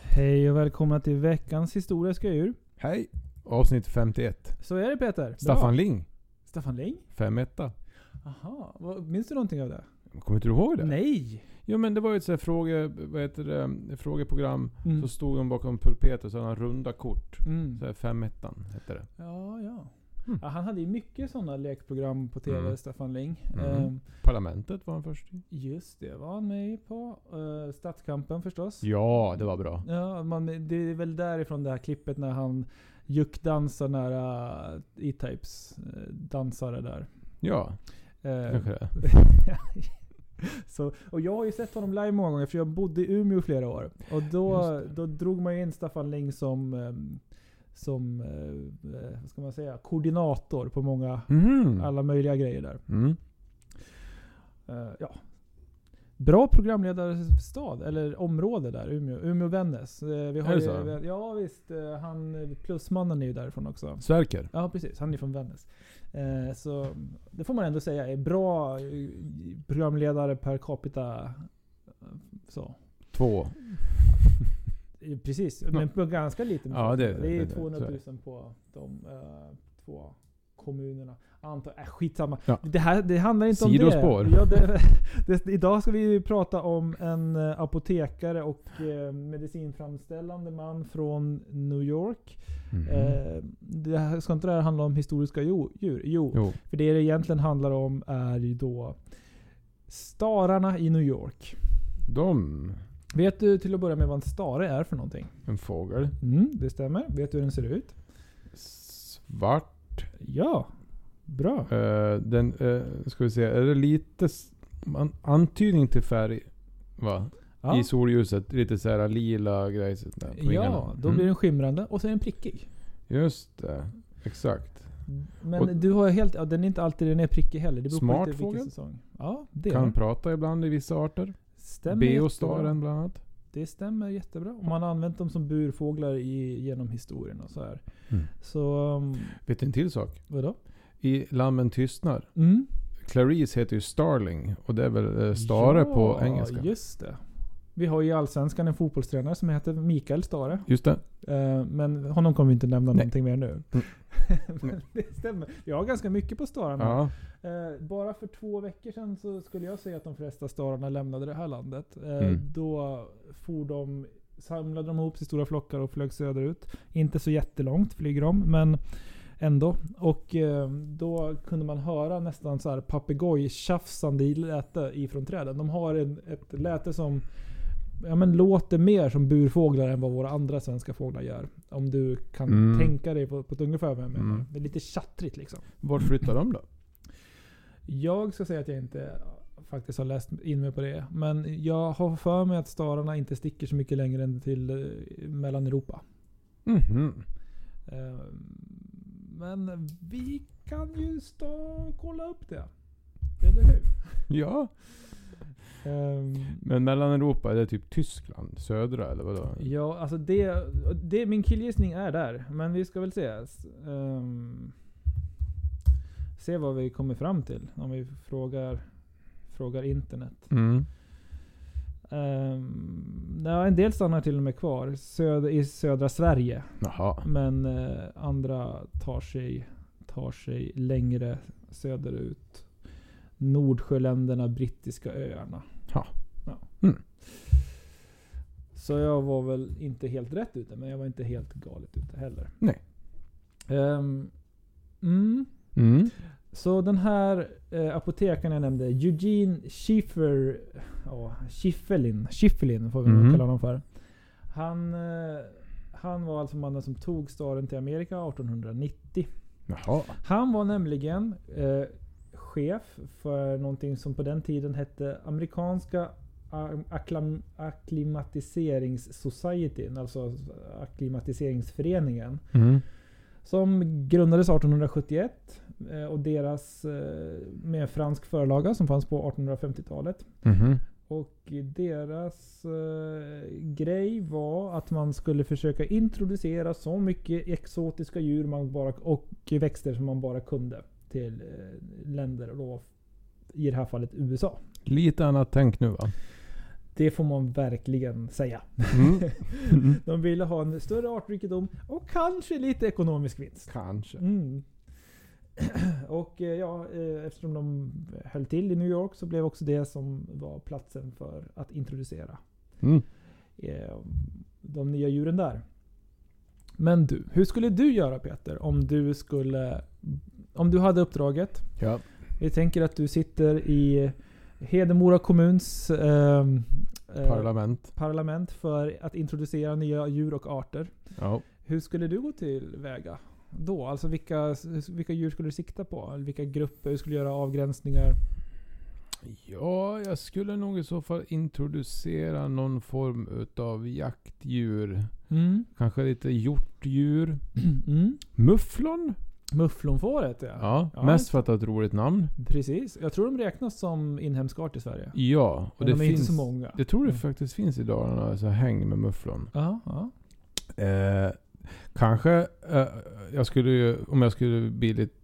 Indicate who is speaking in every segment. Speaker 1: Hej och välkomna till veckans historiska djur.
Speaker 2: Hej! Avsnitt 51.
Speaker 1: Så är det Peter. Bra.
Speaker 2: Staffan Ling.
Speaker 1: Staffan Ling?
Speaker 2: 5-1.
Speaker 1: Aha. Vad- Minns du någonting av det?
Speaker 2: Kommer inte du ihåg det?
Speaker 1: Nej!
Speaker 2: Jo men det var ju ett sånt här fråge, vad heter det, frågeprogram.
Speaker 1: Mm.
Speaker 2: Så stod de bakom pulpeten och så hade de runda kort.
Speaker 1: Mm.
Speaker 2: Så här 5-1 hette det.
Speaker 1: Ja, ja.
Speaker 2: Mm.
Speaker 1: ja. Han hade ju mycket sådana lekprogram på TV,
Speaker 2: Mm.
Speaker 1: Staffan Ling.
Speaker 2: Mm.
Speaker 1: Ehm,
Speaker 2: Parlamentet var han först i.
Speaker 1: just det, var han med på. Uh, Stadskampen förstås.
Speaker 2: Ja, det var bra.
Speaker 1: Ja, man, det är väl därifrån det här klippet när han juckdansar nära eh, E-Types eh, dansare där.
Speaker 2: Ja,
Speaker 1: Eh,
Speaker 2: kanske det.
Speaker 1: så, och jag har ju sett honom live många gånger för jag bodde i Umeå i flera år. Och då,
Speaker 2: Just det.
Speaker 1: då drog man ju in Staffan Ling som, ehm, som eh, eh, vad ska man säga, koordinator på många,
Speaker 2: Mhm.
Speaker 1: alla möjliga grejer där.
Speaker 2: Mm.
Speaker 1: Eh, ja. Bra programledarstad, eller område där, Umeå. Umeå-Vännäs. Eh, vi har
Speaker 2: Är det
Speaker 1: ju-
Speaker 2: så?
Speaker 1: vi- Ja visst, eh, han, eh, plusmannen är ju därifrån också.
Speaker 2: Sverker.
Speaker 1: Ja precis, han är från Vännäs. Eh, så det får man ändå säga är bra eh, programledare per capita. eh, Så.
Speaker 2: Två.
Speaker 1: Eh, Precis, men på ganska liten
Speaker 2: Ja,
Speaker 1: befolkning.
Speaker 2: det-
Speaker 1: det är
Speaker 2: det-
Speaker 1: ju
Speaker 2: det-
Speaker 1: 200
Speaker 2: så är
Speaker 1: 000
Speaker 2: det.
Speaker 1: på de eh, två kommunerna. Antal, äh, skitsamma.
Speaker 2: Ja.
Speaker 1: Det, här, det handlar inte
Speaker 2: Sidospår.
Speaker 1: om det. Ja, det, det. Idag ska vi ju prata om en eh, apotekare och eh, medicinframställande man från New York.
Speaker 2: Mhm.
Speaker 1: Eh, det här, ska inte det här handla om historiska jo- djur? Jo,
Speaker 2: Jo.
Speaker 1: för det det egentligen handlar om är ju då stararna i New York.
Speaker 2: De.
Speaker 1: Vet du till att börja med vad en stare är för någonting?
Speaker 2: En fågel.
Speaker 1: Mm, det stämmer. Vet du hur den ser ut?
Speaker 2: Svart.
Speaker 1: Ja. Bra.
Speaker 2: Eh, den, eh, ska vi se, är det lite s- man, antydning till färg? Va?
Speaker 1: Ja,
Speaker 2: i solljuset. Lite så här lila grejer. så där på Mm. vingarna.
Speaker 1: ja då blir den skimrande och så är den prickig.
Speaker 2: Just det. Exakt.
Speaker 1: Men
Speaker 2: Och-
Speaker 1: du har helt... Ja, den är inte alltid den är prickig heller. Det beror
Speaker 2: Smart
Speaker 1: på lite
Speaker 2: fågel.
Speaker 1: vilken säsong. Ja, det är
Speaker 2: kan
Speaker 1: den.
Speaker 2: prata ibland i vissa arter.
Speaker 1: Stämmer jättebra.
Speaker 2: Beostaren bland annat.
Speaker 1: Det stämmer jättebra. Och man har använt dem som burfåglar i, genom historien och så här.
Speaker 2: Mm.
Speaker 1: Så... um,
Speaker 2: Vet du en till sak?
Speaker 1: Vadå?
Speaker 2: I Lammen tystnar.
Speaker 1: Mm.
Speaker 2: Clarice heter ju Starling. Och det är väl eh, stare på
Speaker 1: Ja,
Speaker 2: engelska.
Speaker 1: just det. Vi har ju i Allsvenskan en fotbollstränare som heter Mikael Stare.
Speaker 2: Just det.
Speaker 1: Eh, Men honom kommer vi inte nämna
Speaker 2: Nej. Mm.
Speaker 1: någonting mer nu. Men det stämmer. Jag har ganska mycket på stararna.
Speaker 2: Ja.
Speaker 1: Eh, Bara för två veckor sedan så skulle jag säga att de flesta stararna lämnade det här landet. Eh,
Speaker 2: Mm.
Speaker 1: Då for de, samlade de ihop sig i stora flockar och flög söderut. Inte så jättelångt flyger de, men ändå. Och eh, då kunde man höra nästan så här papegojtjafsande i läte ifrån träden. De har en, ett läte som ja, men låter mer som burfåglar än vad våra andra svenska fåglar gör. Om du kan
Speaker 2: Mm.
Speaker 1: tänka dig på, på ett ungefär vad jag menar.
Speaker 2: Mm.
Speaker 1: Det är lite tjattrigt liksom.
Speaker 2: Vart flyttar de då?
Speaker 1: Jag ska säga att jag inte faktiskt har läst in mig på det. Men jag har för mig att stararna inte sticker så mycket längre än till eh, Mellaneuropa.
Speaker 2: Mhm.
Speaker 1: Eh, Men vi kan ju stå, kolla upp det. Eller hur?
Speaker 2: Ja.
Speaker 1: Eh,
Speaker 2: Men Mellaneuropa, är det typ Tyskland? Södra eller vadå?
Speaker 1: Ja, alltså det, det... Min killgissning är där. Men vi ska väl se. ehm, se vad vi kommer fram till om vi frågar, frågar internet.
Speaker 2: Mm.
Speaker 1: Um, ja, en del stannar till och med kvar söd, i södra Sverige.
Speaker 2: Jaha.
Speaker 1: Men eh, andra tar sig, tar sig längre söderut. Nordsjöländerna, brittiska öarna.
Speaker 2: Ja.
Speaker 1: Ja.
Speaker 2: Mm.
Speaker 1: Så jag var väl inte helt rätt ute, men jag var inte helt galet ute heller.
Speaker 2: Nej.
Speaker 1: Ehm, mm.
Speaker 2: Mm.
Speaker 1: Så den här eh, apotekaren jag nämnde, Eugene Schiffer, ja, Schifferlin, Schifferlin får vi nog
Speaker 2: Mhm.
Speaker 1: kalla honom för. Han, eh, han var alltså mannen som tog staden till Amerika 1890.
Speaker 2: Jaha.
Speaker 1: Han var nämligen eh, chef för någonting som på den tiden hette Amerikanska Am- Akklam- Akklimatiseringssocietin, alltså akklimatiseringsföreningen.
Speaker 2: Mm.
Speaker 1: Som grundades 1871 eh, och deras eh, med en fransk förlaga som fanns på 1850-talet.
Speaker 2: Mhm.
Speaker 1: Och deras eh, grej var att man skulle försöka introducera så mycket exotiska djur man bara, och växter som man bara kunde till eh, länder och då i det här fallet USA.
Speaker 2: Lite annat tänk nu va?
Speaker 1: Det får man verkligen säga.
Speaker 2: Mm. Mm.
Speaker 1: De ville ha en större artrikedom och kanske lite ekonomisk vinst.
Speaker 2: Kanske.
Speaker 1: Mm. Och eh, ja, eh, eftersom de höll till i New York så blev också det som var platsen för att introducera
Speaker 2: Mm.
Speaker 1: eh, de nya djuren där. Men du, hur skulle du göra Peter om du skulle... Om du hade uppdraget.
Speaker 2: Ja.
Speaker 1: Vi tänker att du sitter i Hedemora kommuns eh, eh,
Speaker 2: Parlament.
Speaker 1: parlament för att introducera nya djur och arter.
Speaker 2: Ja.
Speaker 1: Hur skulle du gå till väga då? Alltså vilka, vilka djur skulle du sikta på? Eller Vilka grupper? Hur skulle du göra avgränsningar?
Speaker 2: ja, jag skulle nog i så fall introducera någon form utav jaktdjur.
Speaker 1: Mm.
Speaker 2: Kanske lite hjortdjur.
Speaker 1: Mm.
Speaker 2: Mufflon?
Speaker 1: Mufflonfåret ja.
Speaker 2: Ja,
Speaker 1: Ja.
Speaker 2: mest för att det är ett roligt namn.
Speaker 1: Precis. Jag tror de räknas som inhemsk art i Sverige.
Speaker 2: Ja, och
Speaker 1: Men
Speaker 2: det
Speaker 1: de är
Speaker 2: finns...
Speaker 1: inte så många.
Speaker 2: Jag tror det
Speaker 1: Mm.
Speaker 2: faktiskt finns i Dalarna, så här häng med mufflon.
Speaker 1: Ja, ja.
Speaker 2: Eh, kanske, eh, jag skulle ju, om jag skulle bli lite,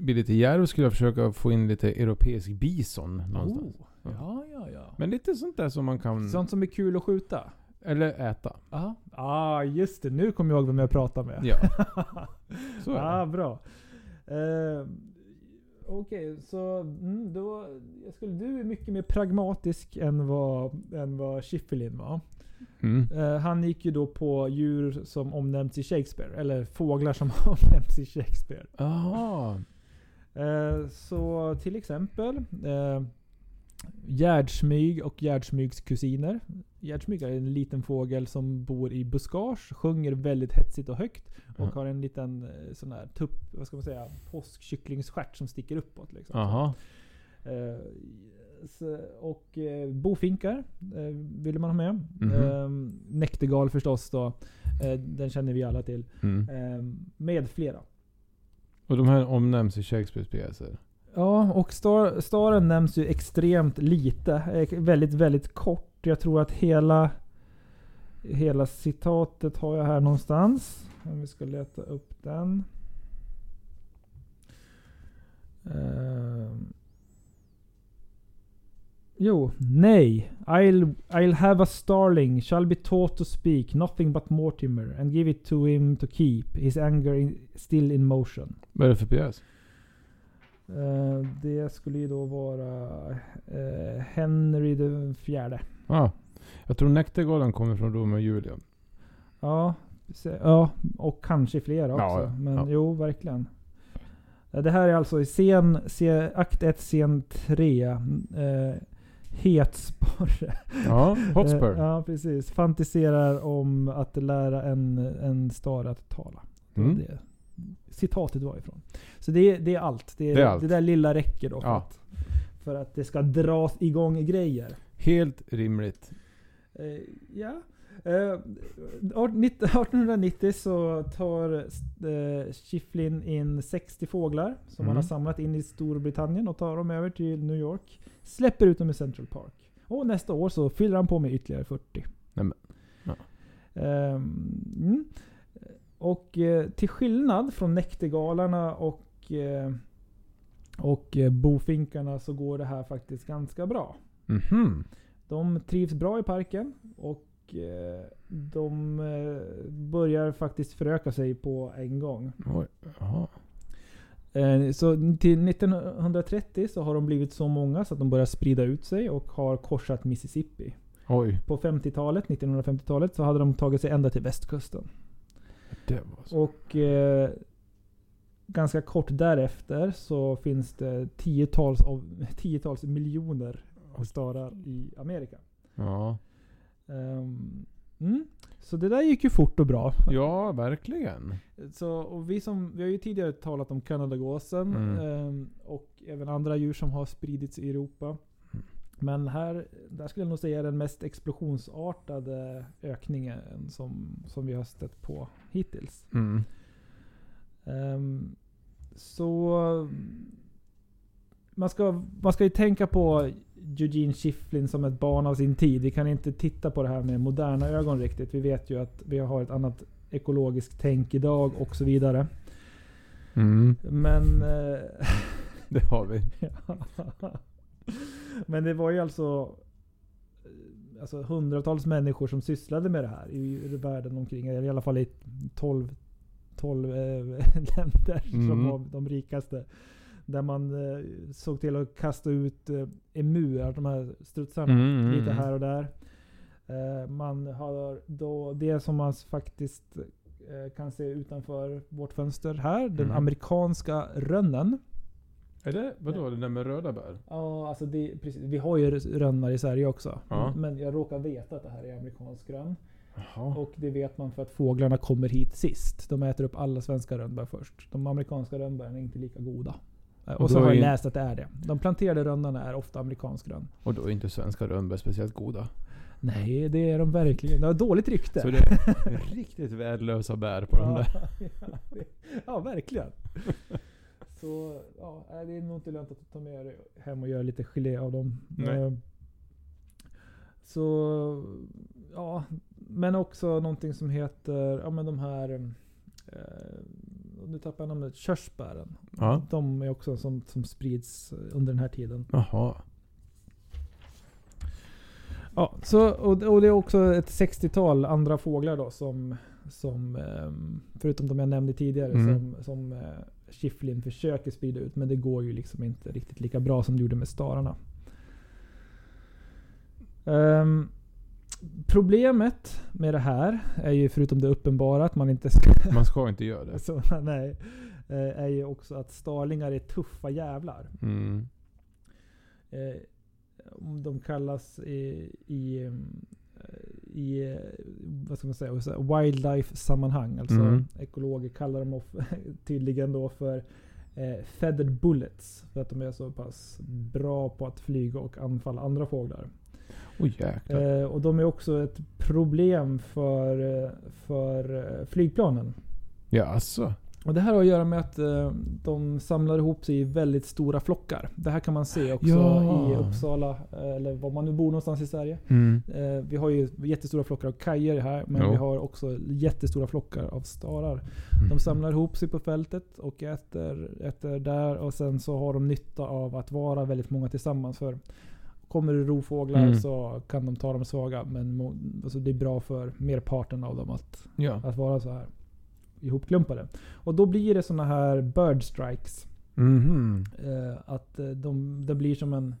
Speaker 2: bli lite djärv skulle jag försöka få in lite europeisk bison någonstans.
Speaker 1: Oh. Ja, ja, ja.
Speaker 2: Men lite sånt där som man kan...
Speaker 1: Sånt som är kul att skjuta.
Speaker 2: Mm. Eller äta.
Speaker 1: Ja, ah, just det. Nu kommer jag ihåg vem jag pratar med.
Speaker 2: Ja. Så är
Speaker 1: ah,
Speaker 2: det.
Speaker 1: bra. Eh, Okej, så mm, då jag skulle, du är mycket mer pragmatisk än vad, än vad Schiffelin var.
Speaker 2: Mm.
Speaker 1: Eh, han gick ju då på djur som omnämns i Shakespeare, eller fåglar som omnämns i Shakespeare.
Speaker 2: Aha.
Speaker 1: Eh, så till exempel eh, gärdsmyg och gärdsmygs kusiner. Gärdsmyg är en liten fågel som bor i buskage, sjunger väldigt hetsigt och högt och
Speaker 2: Mm.
Speaker 1: har en liten eh, sån här tupp, vad ska man säga, påskkycklingsstjärt som sticker uppåt. Liksom.
Speaker 2: Aha.
Speaker 1: Eh, så, och eh, bofinkar eh, ville man ha med.
Speaker 2: Mhm.
Speaker 1: Eh, näktergal förstås då. Eh, den känner vi alla till.
Speaker 2: Mm.
Speaker 1: Eh, med flera.
Speaker 2: Och de här omnämns i Shakespeares pjäser.
Speaker 1: Ja, och star, staren nämns ju extremt lite. Eh, Väldigt, väldigt kort. Jag tror att hela, hela citatet har jag här någonstans. Om vi ska leta upp den. Ehm. Jo, nej. I'll, I'll have a starling, shall be taught to speak, nothing but Mortimer, and give it to him to keep, his anger in, still in motion.
Speaker 2: Vad är det för pjäs?
Speaker 1: Eh, det skulle ju då vara eh, Henry den fjärde.
Speaker 2: Ah. Jag tror näktergalen kommer från Romeo och Julia.
Speaker 1: Ja, se- ja, och kanske flera också.
Speaker 2: Ja, ja,
Speaker 1: Men
Speaker 2: ja.
Speaker 1: jo, verkligen. Eh, Det här är alltså i scen, se, akt 1, scen 3. Eh, Hetsporre.
Speaker 2: Ja,
Speaker 1: Eh,
Speaker 2: Hotspur.
Speaker 1: ja, precis. Fantiserar om att lära en, en stare att tala. Det var
Speaker 2: Mm.
Speaker 1: Det citatet var ifrån. Så det, är- det är allt. Det, är,
Speaker 2: Det
Speaker 1: det,
Speaker 2: är allt.
Speaker 1: där lilla räcker då. För,
Speaker 2: Ja.
Speaker 1: att, för att det ska dras igång grejer.
Speaker 2: Helt rimligt.
Speaker 1: Eh, ja. Eh, art- nitt- 1890 så tar eh, Shifflin in 60 fåglar som
Speaker 2: Mm.
Speaker 1: han har samlat in i Storbritannien och tar dem över till New York. Släpper ut dem i Central Park. Och nästa år så fyller han på med ytterligare 40.
Speaker 2: Nej, men- ja.
Speaker 1: Eh, mm. Och eh, till skillnad från näktergalarna och, eh, och eh, bofinkarna så går det här faktiskt ganska bra.
Speaker 2: Mhm.
Speaker 1: De trivs bra i parken och eh, de eh, börjar faktiskt föröka sig på en gång.
Speaker 2: Oj. Jaha.
Speaker 1: Eh, Så till 1930 så har de blivit så många så att de börjar sprida ut sig och har korsat Mississippi.
Speaker 2: Oj.
Speaker 1: På 50-talet, 1950-talet så hade de tagit sig ända till västkusten.
Speaker 2: Det var så.
Speaker 1: Och eh, ganska kort därefter så finns det tiotals, av, tiotals miljoner starar i Amerika.
Speaker 2: Ja.
Speaker 1: Ehm, mm. Så det där gick ju fort och bra.
Speaker 2: Ja, verkligen.
Speaker 1: Så, och vi, som, vi har ju tidigare talat om Kanadagåsen
Speaker 2: Mm.
Speaker 1: ehm, och även andra djur som har spridits i Europa.
Speaker 2: Mm.
Speaker 1: Men här, där skulle jag nog säga den mest explosionsartade ökningen som, som vi har stött på hittills.
Speaker 2: Mm.
Speaker 1: Ehm, så mm, man ska, man ska ju tänka på Eugene Schifflin som ett barn av sin tid. Vi kan inte titta på det här med moderna ögon riktigt. Vi vet ju att vi har ett annat ekologiskt tänk idag och så vidare.
Speaker 2: Mm.
Speaker 1: Men, eh,
Speaker 2: Det har vi.
Speaker 1: men det var ju alltså eh, alltså, hundratals människor som sysslade med det här i världen omkring. Eller i alla fall i 12, 12 eh, länder som
Speaker 2: Mm.
Speaker 1: var de rikaste. Där man eh, såg till att kasta ut eh, emuer, de här strutsarna.
Speaker 2: Mm, mm,
Speaker 1: lite
Speaker 2: mm.
Speaker 1: här och där. Eh, man har då det som man faktiskt eh, kan se utanför vårt fönster här. Den
Speaker 2: Mm.
Speaker 1: amerikanska rönnen.
Speaker 2: Är det, vadå, det där med röda bär?
Speaker 1: Ja, alltså det, precis, vi har ju rönnar i Sverige också.
Speaker 2: Ja.
Speaker 1: Men jag råkar veta att det här är amerikansk rönn.
Speaker 2: Jaha.
Speaker 1: Och det vet man för att fåglarna kommer hit sist. De äter upp alla svenska rönnbär först. De amerikanska rönnbären är inte lika goda. Eh,
Speaker 2: Och
Speaker 1: Och så
Speaker 2: då
Speaker 1: har
Speaker 2: är
Speaker 1: jag
Speaker 2: ju-
Speaker 1: läst att det är det. De planterade rönnarna är ofta amerikansk rönn.
Speaker 2: Och då är inte svenska rönnbär speciellt goda.
Speaker 1: Nej, det är de verkligen. De har dåligt rykte.
Speaker 2: Så det är riktigt värdelösa bär på de där.
Speaker 1: Ja, det- ja, verkligen. Så ja, nej, det är nog inte lönt att ta med det hem och göra lite gelé av dem.
Speaker 2: Nej.
Speaker 1: Eh, Så ja, men också någonting som heter, ja men de här, eh, nu tappar jag namnet, körsbären.
Speaker 2: Ja.
Speaker 1: De är också sånt som sprids under den här tiden.
Speaker 2: Jaha.
Speaker 1: Ja, så, och, och det är också ett 60-tal andra fåglar då som, som ehm, förutom de jag nämnde tidigare,
Speaker 2: Mm.
Speaker 1: som, som eh, Kifflin försöker sprida ut. Men det går ju liksom inte riktigt lika bra som det gjorde med stararna. Ehm, problemet med det här är ju förutom det uppenbara att man inte ska...
Speaker 2: Man ska inte göra det.
Speaker 1: Alltså, nej, eh, är ju också att starlingar är tuffa jävlar.
Speaker 2: Mm.
Speaker 1: Eh, om de kallas i, i, em, eh, i eh, vad ska man säga, så här wildlife-sammanhang. Alltså
Speaker 2: Mm.
Speaker 1: ekologer kallar dem of, tydligen då för eh, feathered bullets. För att de är så pass bra på att flyga och anfalla andra fåglar.
Speaker 2: Åh jäklar.
Speaker 1: Eh, och de är också ett problem för, eh, för eh, flygplanen.
Speaker 2: Ja, alltså.
Speaker 1: Och det här har att göra med att eh, de samlar ihop sig i väldigt stora flockar. Det här kan man se också
Speaker 2: Ja.
Speaker 1: i Uppsala, eh, eller var man nu bor någonstans i Sverige.
Speaker 2: Mm.
Speaker 1: Eh, vi har ju jättestora flockar av kajer här, men
Speaker 2: Jo.
Speaker 1: vi har också jättestora flockar av starar.
Speaker 2: Mm.
Speaker 1: De samlar ihop sig på fältet och äter, äter där och sen så har de nytta av att vara väldigt många tillsammans. För Kommer det rovfåglar
Speaker 2: Mm.
Speaker 1: så kan de ta de svaga, men mo- alltså det är bra för merparten av dem att
Speaker 2: Ja.
Speaker 1: att vara så här ihopklumpade. Och då blir det såna här bird strikes.
Speaker 2: Mhm.
Speaker 1: Eh, att eh, de, det blir som en...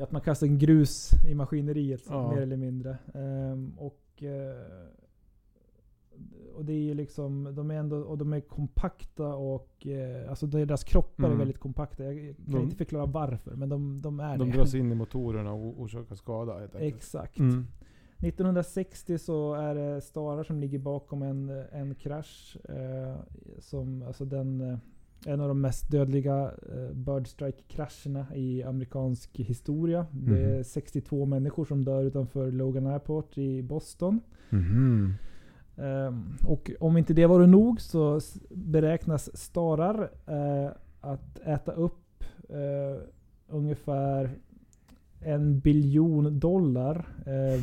Speaker 1: Att man kastar en grus i maskineriet
Speaker 2: Ja.
Speaker 1: mer eller mindre. Ehm, och, eh, och det är ju liksom... De är ändå och de är kompakta och... Eh, alltså deras kroppar är
Speaker 2: Mm.
Speaker 1: väldigt kompakta. Jag, jag kan
Speaker 2: De-
Speaker 1: inte förklara varför, men de, de är
Speaker 2: De
Speaker 1: det.
Speaker 2: dras in i motorerna och orsakar skada helt enkelt.
Speaker 1: Exakt.
Speaker 2: Mm.
Speaker 1: 1960 så är det starar som ligger bakom en, en krasch. Eh, som, alltså den, eh, en av de mest dödliga eh, bird strike-krascherna i amerikansk historia. Det är
Speaker 2: Mhm.
Speaker 1: 62 människor som dör utanför Logan Airport i Boston.
Speaker 2: Mhm.
Speaker 1: Ehm, och om inte det vore nog så s- beräknas starar eh, att äta upp eh, ungefär en biljon dollar eh,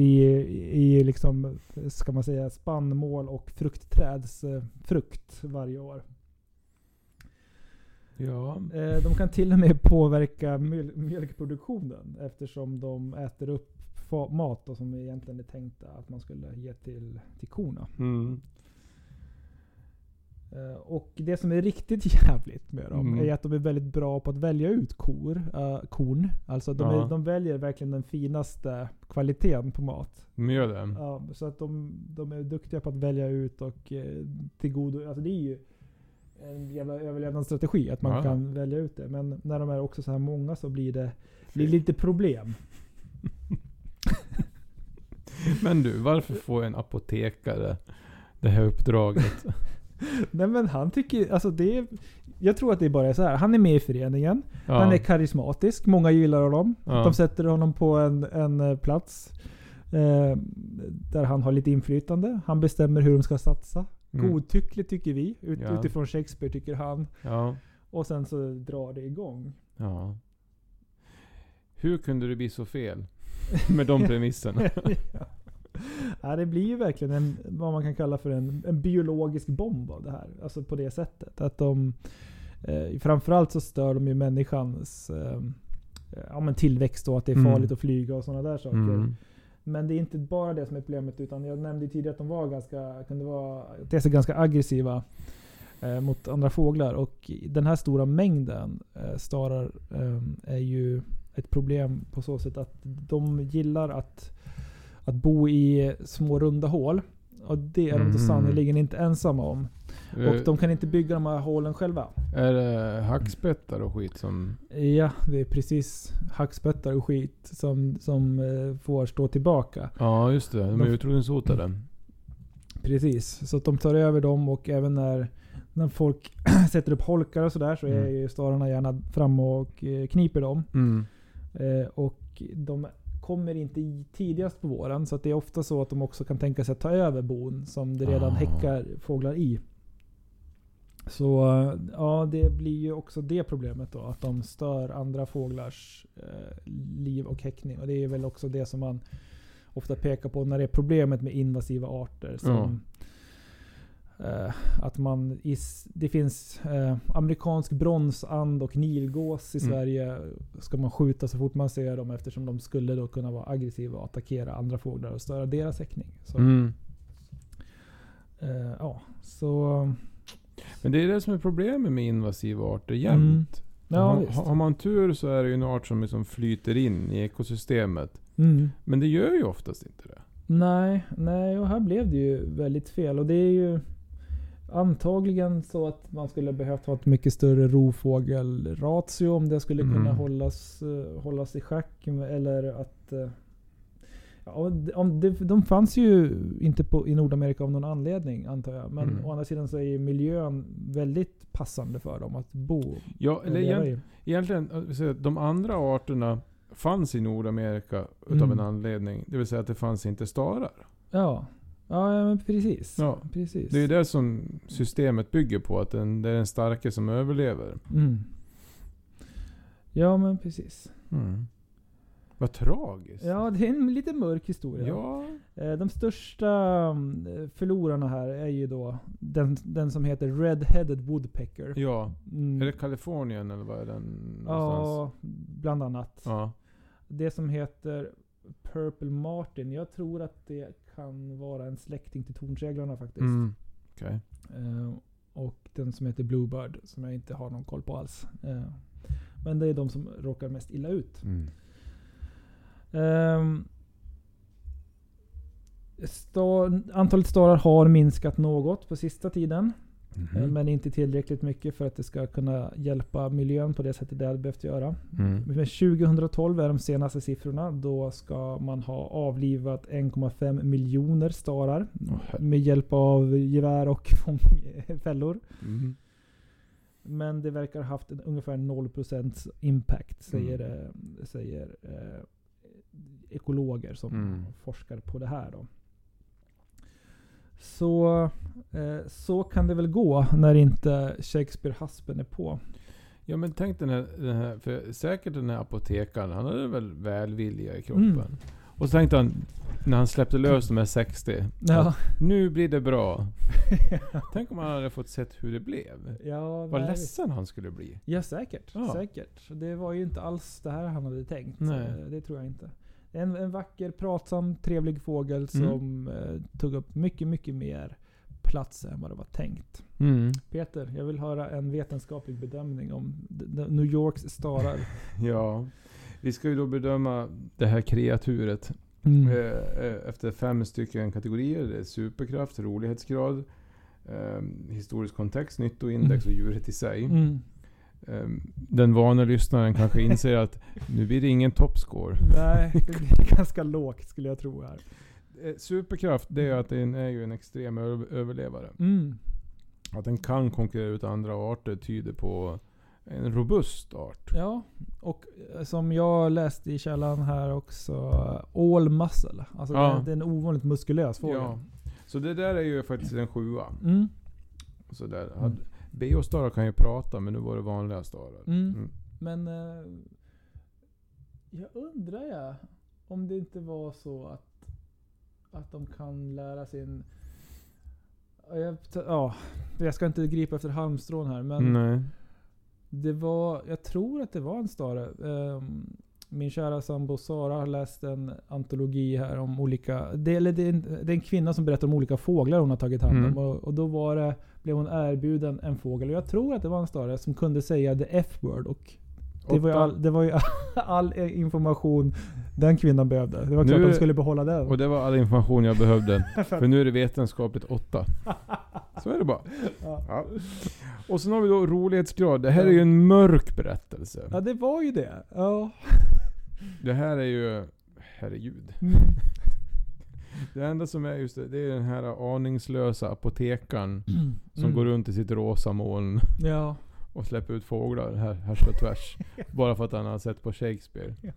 Speaker 1: i, i i liksom, ska man säga, spannmål och fruktträdsfrukt eh, frukt varje år.
Speaker 2: Ja.
Speaker 1: Eh, de kan till och med påverka mjöl- mjölkproduktionen eftersom de äter upp fa- mat då, som egentligen är tänkta att man skulle ge till, till korna.
Speaker 2: Mm.
Speaker 1: Eh, Och det som är riktigt jävligt med dem
Speaker 2: Mm.
Speaker 1: är att de är väldigt bra på att välja ut kor, eh, korn. Alltså de,
Speaker 2: Ja.
Speaker 1: är, de väljer verkligen den finaste kvaliteten på mat.
Speaker 2: De gör det.
Speaker 1: Ja, så att de, de är duktiga på att välja ut och eh, tillgodo... Alltså det är ju en jävla överlevnadsstrategi att man
Speaker 2: Ja.
Speaker 1: kan välja ut det. Men när de är också så här många så blir det, blir det lite problem.
Speaker 2: Men du, varför får en apotekare det här uppdraget?
Speaker 1: Nej men han tycker... Alltså det är, jag tror att det bara är så här. Han är med i föreningen. Han är karismatisk. Många gillar honom.
Speaker 2: Ja.
Speaker 1: De sätter honom på en, en eh, plats eh, där han har lite inflytande. Han bestämmer hur de ska satsa.
Speaker 2: Mm.
Speaker 1: Godtyckligt tycker vi. Ut,
Speaker 2: Ja.
Speaker 1: Utifrån Shakespeare tycker han.
Speaker 2: Ja.
Speaker 1: Och sen så drar det igång.
Speaker 2: ja. Hur kunde det bli så fel? Med de premisserna.
Speaker 1: ja. Ja, det blir ju verkligen en, vad man kan kalla för en, en biologisk bomb av det här. Alltså på det sättet. Att de, eh, framförallt så stör de ju människans eh, eh, ja, men tillväxt och att det är
Speaker 2: Mm.
Speaker 1: farligt att flyga och sådana där saker.
Speaker 2: Mm.
Speaker 1: Men det är inte bara det som är problemet, utan jag nämnde ju tidigare att de var ganska, kunde vara, dels är ganska aggressiva eh, mot andra fåglar. Och den här stora mängden eh, starar eh, är ju ett problem på så sätt att de gillar att, att bo i små runda hål. Och det är de
Speaker 2: Mm. Eh.
Speaker 1: då sannerligen inte ensamma om. Och de kan inte bygga de här hålen själva.
Speaker 2: Är det hackspettar och skit som...
Speaker 1: Ja, det är precis hackspettar och skit som, som eh, får stå tillbaka.
Speaker 2: Ja, just det. De är
Speaker 1: De-
Speaker 2: utrotningshotade.
Speaker 1: Precis, så att de tar över dem och även när, när folk sätter upp holkar och sådär så är
Speaker 2: Mm.
Speaker 1: ju stararna gärna fram och eh, kniper dem.
Speaker 2: Mm.
Speaker 1: Eh, och de kommer inte i tidigast på våren så att det är ofta så att de också kan tänka sig att ta över bon som det redan
Speaker 2: Ah.
Speaker 1: häckar fåglar i. Så eh, ja, det blir ju också det problemet då. Att de stör andra fåglars eh, liv och häckning. Och det är väl också det som man ofta pekar på när det är problemet med invasiva arter. Som, eh, att man i, s- det finns eh, amerikansk bronsand och nilgås i
Speaker 2: Mm.
Speaker 1: Sverige. Ska man skjuta så fort man ser dem eftersom de skulle då kunna vara aggressiva och attackera andra fåglar och störa deras häckning. Så,
Speaker 2: Mm.
Speaker 1: eh, ja, så
Speaker 2: Men det är det som är problemet med invasiva arter jämt.
Speaker 1: ja,
Speaker 2: har,
Speaker 1: visst.
Speaker 2: har man tur så är det ju en art som liksom flyter in i ekosystemet.
Speaker 1: Mm.
Speaker 2: Men det gör ju oftast inte det.
Speaker 1: Nej, nej, och här blev det ju väldigt fel. Och det är ju antagligen så att man skulle behövt ha ett mycket större rovfågelratio om det skulle kunna
Speaker 2: Mm.
Speaker 1: hållas, eh, hållas i schack. Eller att... eh, Ja, om- om det, de fanns ju inte på, i Nordamerika av någon anledning antar jag. Men
Speaker 2: Mm.
Speaker 1: å andra sidan så är ju miljön väldigt passande för dem att bo. och
Speaker 2: Ja, eller
Speaker 1: leva
Speaker 2: egent,
Speaker 1: i.
Speaker 2: egentligen, eh, vi säger att de andra arterna fanns i Nordamerika utav
Speaker 1: Mm.
Speaker 2: en anledning. Det vill säga att det fanns inte starar.
Speaker 1: Ja, ja ja, men precis.
Speaker 2: Ja.
Speaker 1: precis.
Speaker 2: Det är ju det som systemet bygger på, att den, det är den starke som överlever.
Speaker 1: Mm. Ja men precis.
Speaker 2: Vad tragiskt.
Speaker 1: Ja, det är en lite mörk historia.
Speaker 2: Ja.
Speaker 1: Eh, De största mm, förlorarna här är ju då den, den som heter Red-Headed Woodpecker.
Speaker 2: Ja.
Speaker 1: Mm.
Speaker 2: Är det Kalifornien eller vad är den någonstans?
Speaker 1: Ja, bland annat.
Speaker 2: Ja.
Speaker 1: Det som heter Purple Martin. Jag tror att det kan vara en släkting till tornseglarna faktiskt.
Speaker 2: Mm. Okej.
Speaker 1: Eh, Och den som heter Bluebird, som jag inte har någon koll på alls. Eh, Men det är de som råkar mest illa ut. Ehm, sta, antalet starar har minskat något på sista tiden. eh,
Speaker 2: Mm.
Speaker 1: Men inte tillräckligt mycket för att det ska kunna hjälpa miljön på det sättet det hade behövt göra.
Speaker 2: Mm.
Speaker 1: Men 2012 är de senaste siffrorna. Då ska man ha avlivat 1,5 miljoner starar.
Speaker 2: Åh, herre.
Speaker 1: med hjälp av gevär och fång- fällor.
Speaker 2: Mm.
Speaker 1: Men det verkar ha haft en, ungefär 0% impact, säger,
Speaker 2: Mm.
Speaker 1: eh, säger eh, ekologer som
Speaker 2: Mm.
Speaker 1: forskar på det här. Då. Så, eh, så kan det väl gå när inte Shakespeare Haspen är på.
Speaker 2: Ja men tänk den här, den här, för säkert den här apotekaren, han hade väl välvilja i kroppen.
Speaker 1: Mm.
Speaker 2: Och så tänkte han, när han släppte lös de här 60,
Speaker 1: Ja,
Speaker 2: nu blir det bra. Tänk om han hade fått sett hur det blev.
Speaker 1: ja,
Speaker 2: Vad
Speaker 1: nej.
Speaker 2: ledsen han skulle bli.
Speaker 1: Ja, säkert.
Speaker 2: Ja.
Speaker 1: säkert. Det var ju inte alls det här han hade tänkt.
Speaker 2: Nej.
Speaker 1: Eh, Det tror jag inte. En, en vacker, pratsam, trevlig fågel
Speaker 2: Mm.
Speaker 1: som eh, tog upp mycket, mycket mer plats än vad det var tänkt. Peter, jag vill höra en vetenskaplig bedömning om d- d- New Yorks starar.
Speaker 2: Ja. Vi ska ju då bedöma det här kreaturet.
Speaker 1: Mm.
Speaker 2: Eh, eh, Efter fem stycken kategorier. Det är superkraft, rolighetsgrad, eh, historisk kontext, nyttoindex och djuret i sig.
Speaker 1: Mm.
Speaker 2: Eh, Den vana lyssnaren kanske inser att nu blir det ingen toppscore.
Speaker 1: Nej, det blir ganska lågt skulle jag tro här.
Speaker 2: Eh, Superkraft, det är att den är ju en extrem ö- överlevare.
Speaker 1: Mm.
Speaker 2: Att den kan konkurrera ut andra arter tyder på en robust art.
Speaker 1: Ja, och eh, som jag läste i källan här också, eh, all muscle. Alltså
Speaker 2: Ja.
Speaker 1: det, är- det är en ovanligt muskulös fågel.
Speaker 2: Ja. Så det där är ju faktiskt en sjua.
Speaker 1: Mm.
Speaker 2: Så där.
Speaker 1: Mm.
Speaker 2: Biostarar kan ju prata, men nu var det vanliga starar.
Speaker 1: Mm.
Speaker 2: Mm.
Speaker 1: Men eh, jag undrar ja, om det inte var så att, att de kan lära sin... Ja, Jag, ja, jag ska inte gripa efter
Speaker 2: Mm.
Speaker 1: halmstrån här men
Speaker 2: Nej.
Speaker 1: det var, jag tror att det var en stare ehm, Min kära sambo Sara har läst en antologi här om olika... Det, eller det, är en, det är en kvinna som berättar om olika fåglar hon har tagit hand om.
Speaker 2: Mm.
Speaker 1: Och, och då var det, blev hon erbjuden en fågel. Och jag tror att det var en stare som kunde säga the F-word. Och det var, ju
Speaker 2: Åtta.
Speaker 1: all, det var ju all information den kvinnan behövde. Det var klart
Speaker 2: Nu-
Speaker 1: att de skulle behålla den.
Speaker 2: Och det var all information jag behövde. För nu är det vetenskapligt 8. Så är det bara.
Speaker 1: Ja.
Speaker 2: Ja. Och sen har vi då rolighetsgrad. Det här är ju en mörk
Speaker 1: Ja,
Speaker 2: berättelse.
Speaker 1: det var ju det. Ja.
Speaker 2: Det här är ju... Herregud. Det enda som är just det, det är den här aningslösa apotekaren som
Speaker 1: Mm.
Speaker 2: går runt i sitt rosa moln
Speaker 1: Ja.
Speaker 2: och släpper ut fåglar här, här och tvärs. bara för att han har sett på Shakespeare.
Speaker 1: Ja.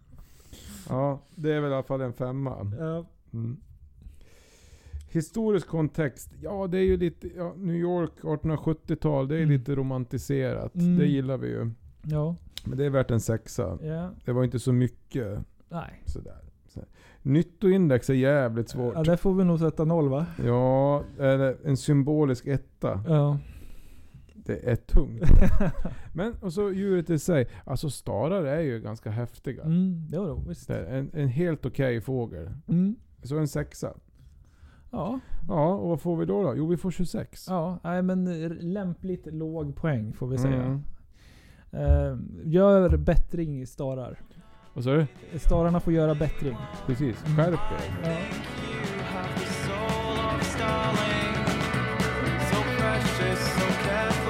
Speaker 2: Ja, det är väl i alla fall en femma.
Speaker 1: Ja.
Speaker 2: Mm. Historisk kontext. Ja, det är ju lite ja, New York 1870-tal. Det är
Speaker 1: Mm.
Speaker 2: lite romantiserat.
Speaker 1: Mm.
Speaker 2: Det gillar vi ju.
Speaker 1: Ja.
Speaker 2: Men det är värt en sexa.
Speaker 1: ja.
Speaker 2: Det var inte så mycket
Speaker 1: Nej.
Speaker 2: sådär. sådär. Nyttoindex är jävligt svårt.
Speaker 1: Ja, där får vi nog sätta noll va?
Speaker 2: Ja, eller en symbolisk etta.
Speaker 1: Ja.
Speaker 2: Det är tungt. Men och så djuret i sig. Alltså starar är ju ganska häftiga.
Speaker 1: Mm, det var då, visst.
Speaker 2: Där, En, en helt okej fågel.
Speaker 1: Mm.
Speaker 2: Så en sexa.
Speaker 1: Ja,
Speaker 2: Ja, och vad får vi då? då? Jo, vi får 26.
Speaker 1: ja, nej men r- lämpligt låg poäng får vi säga.
Speaker 2: Mm.
Speaker 1: Eh, gör bättring i starar.
Speaker 2: Vad sa du?
Speaker 1: Stararna får göra bättring.
Speaker 2: Precis, skärp er.
Speaker 1: Ja.
Speaker 3: Have the soul of a starling, so precious, so careful.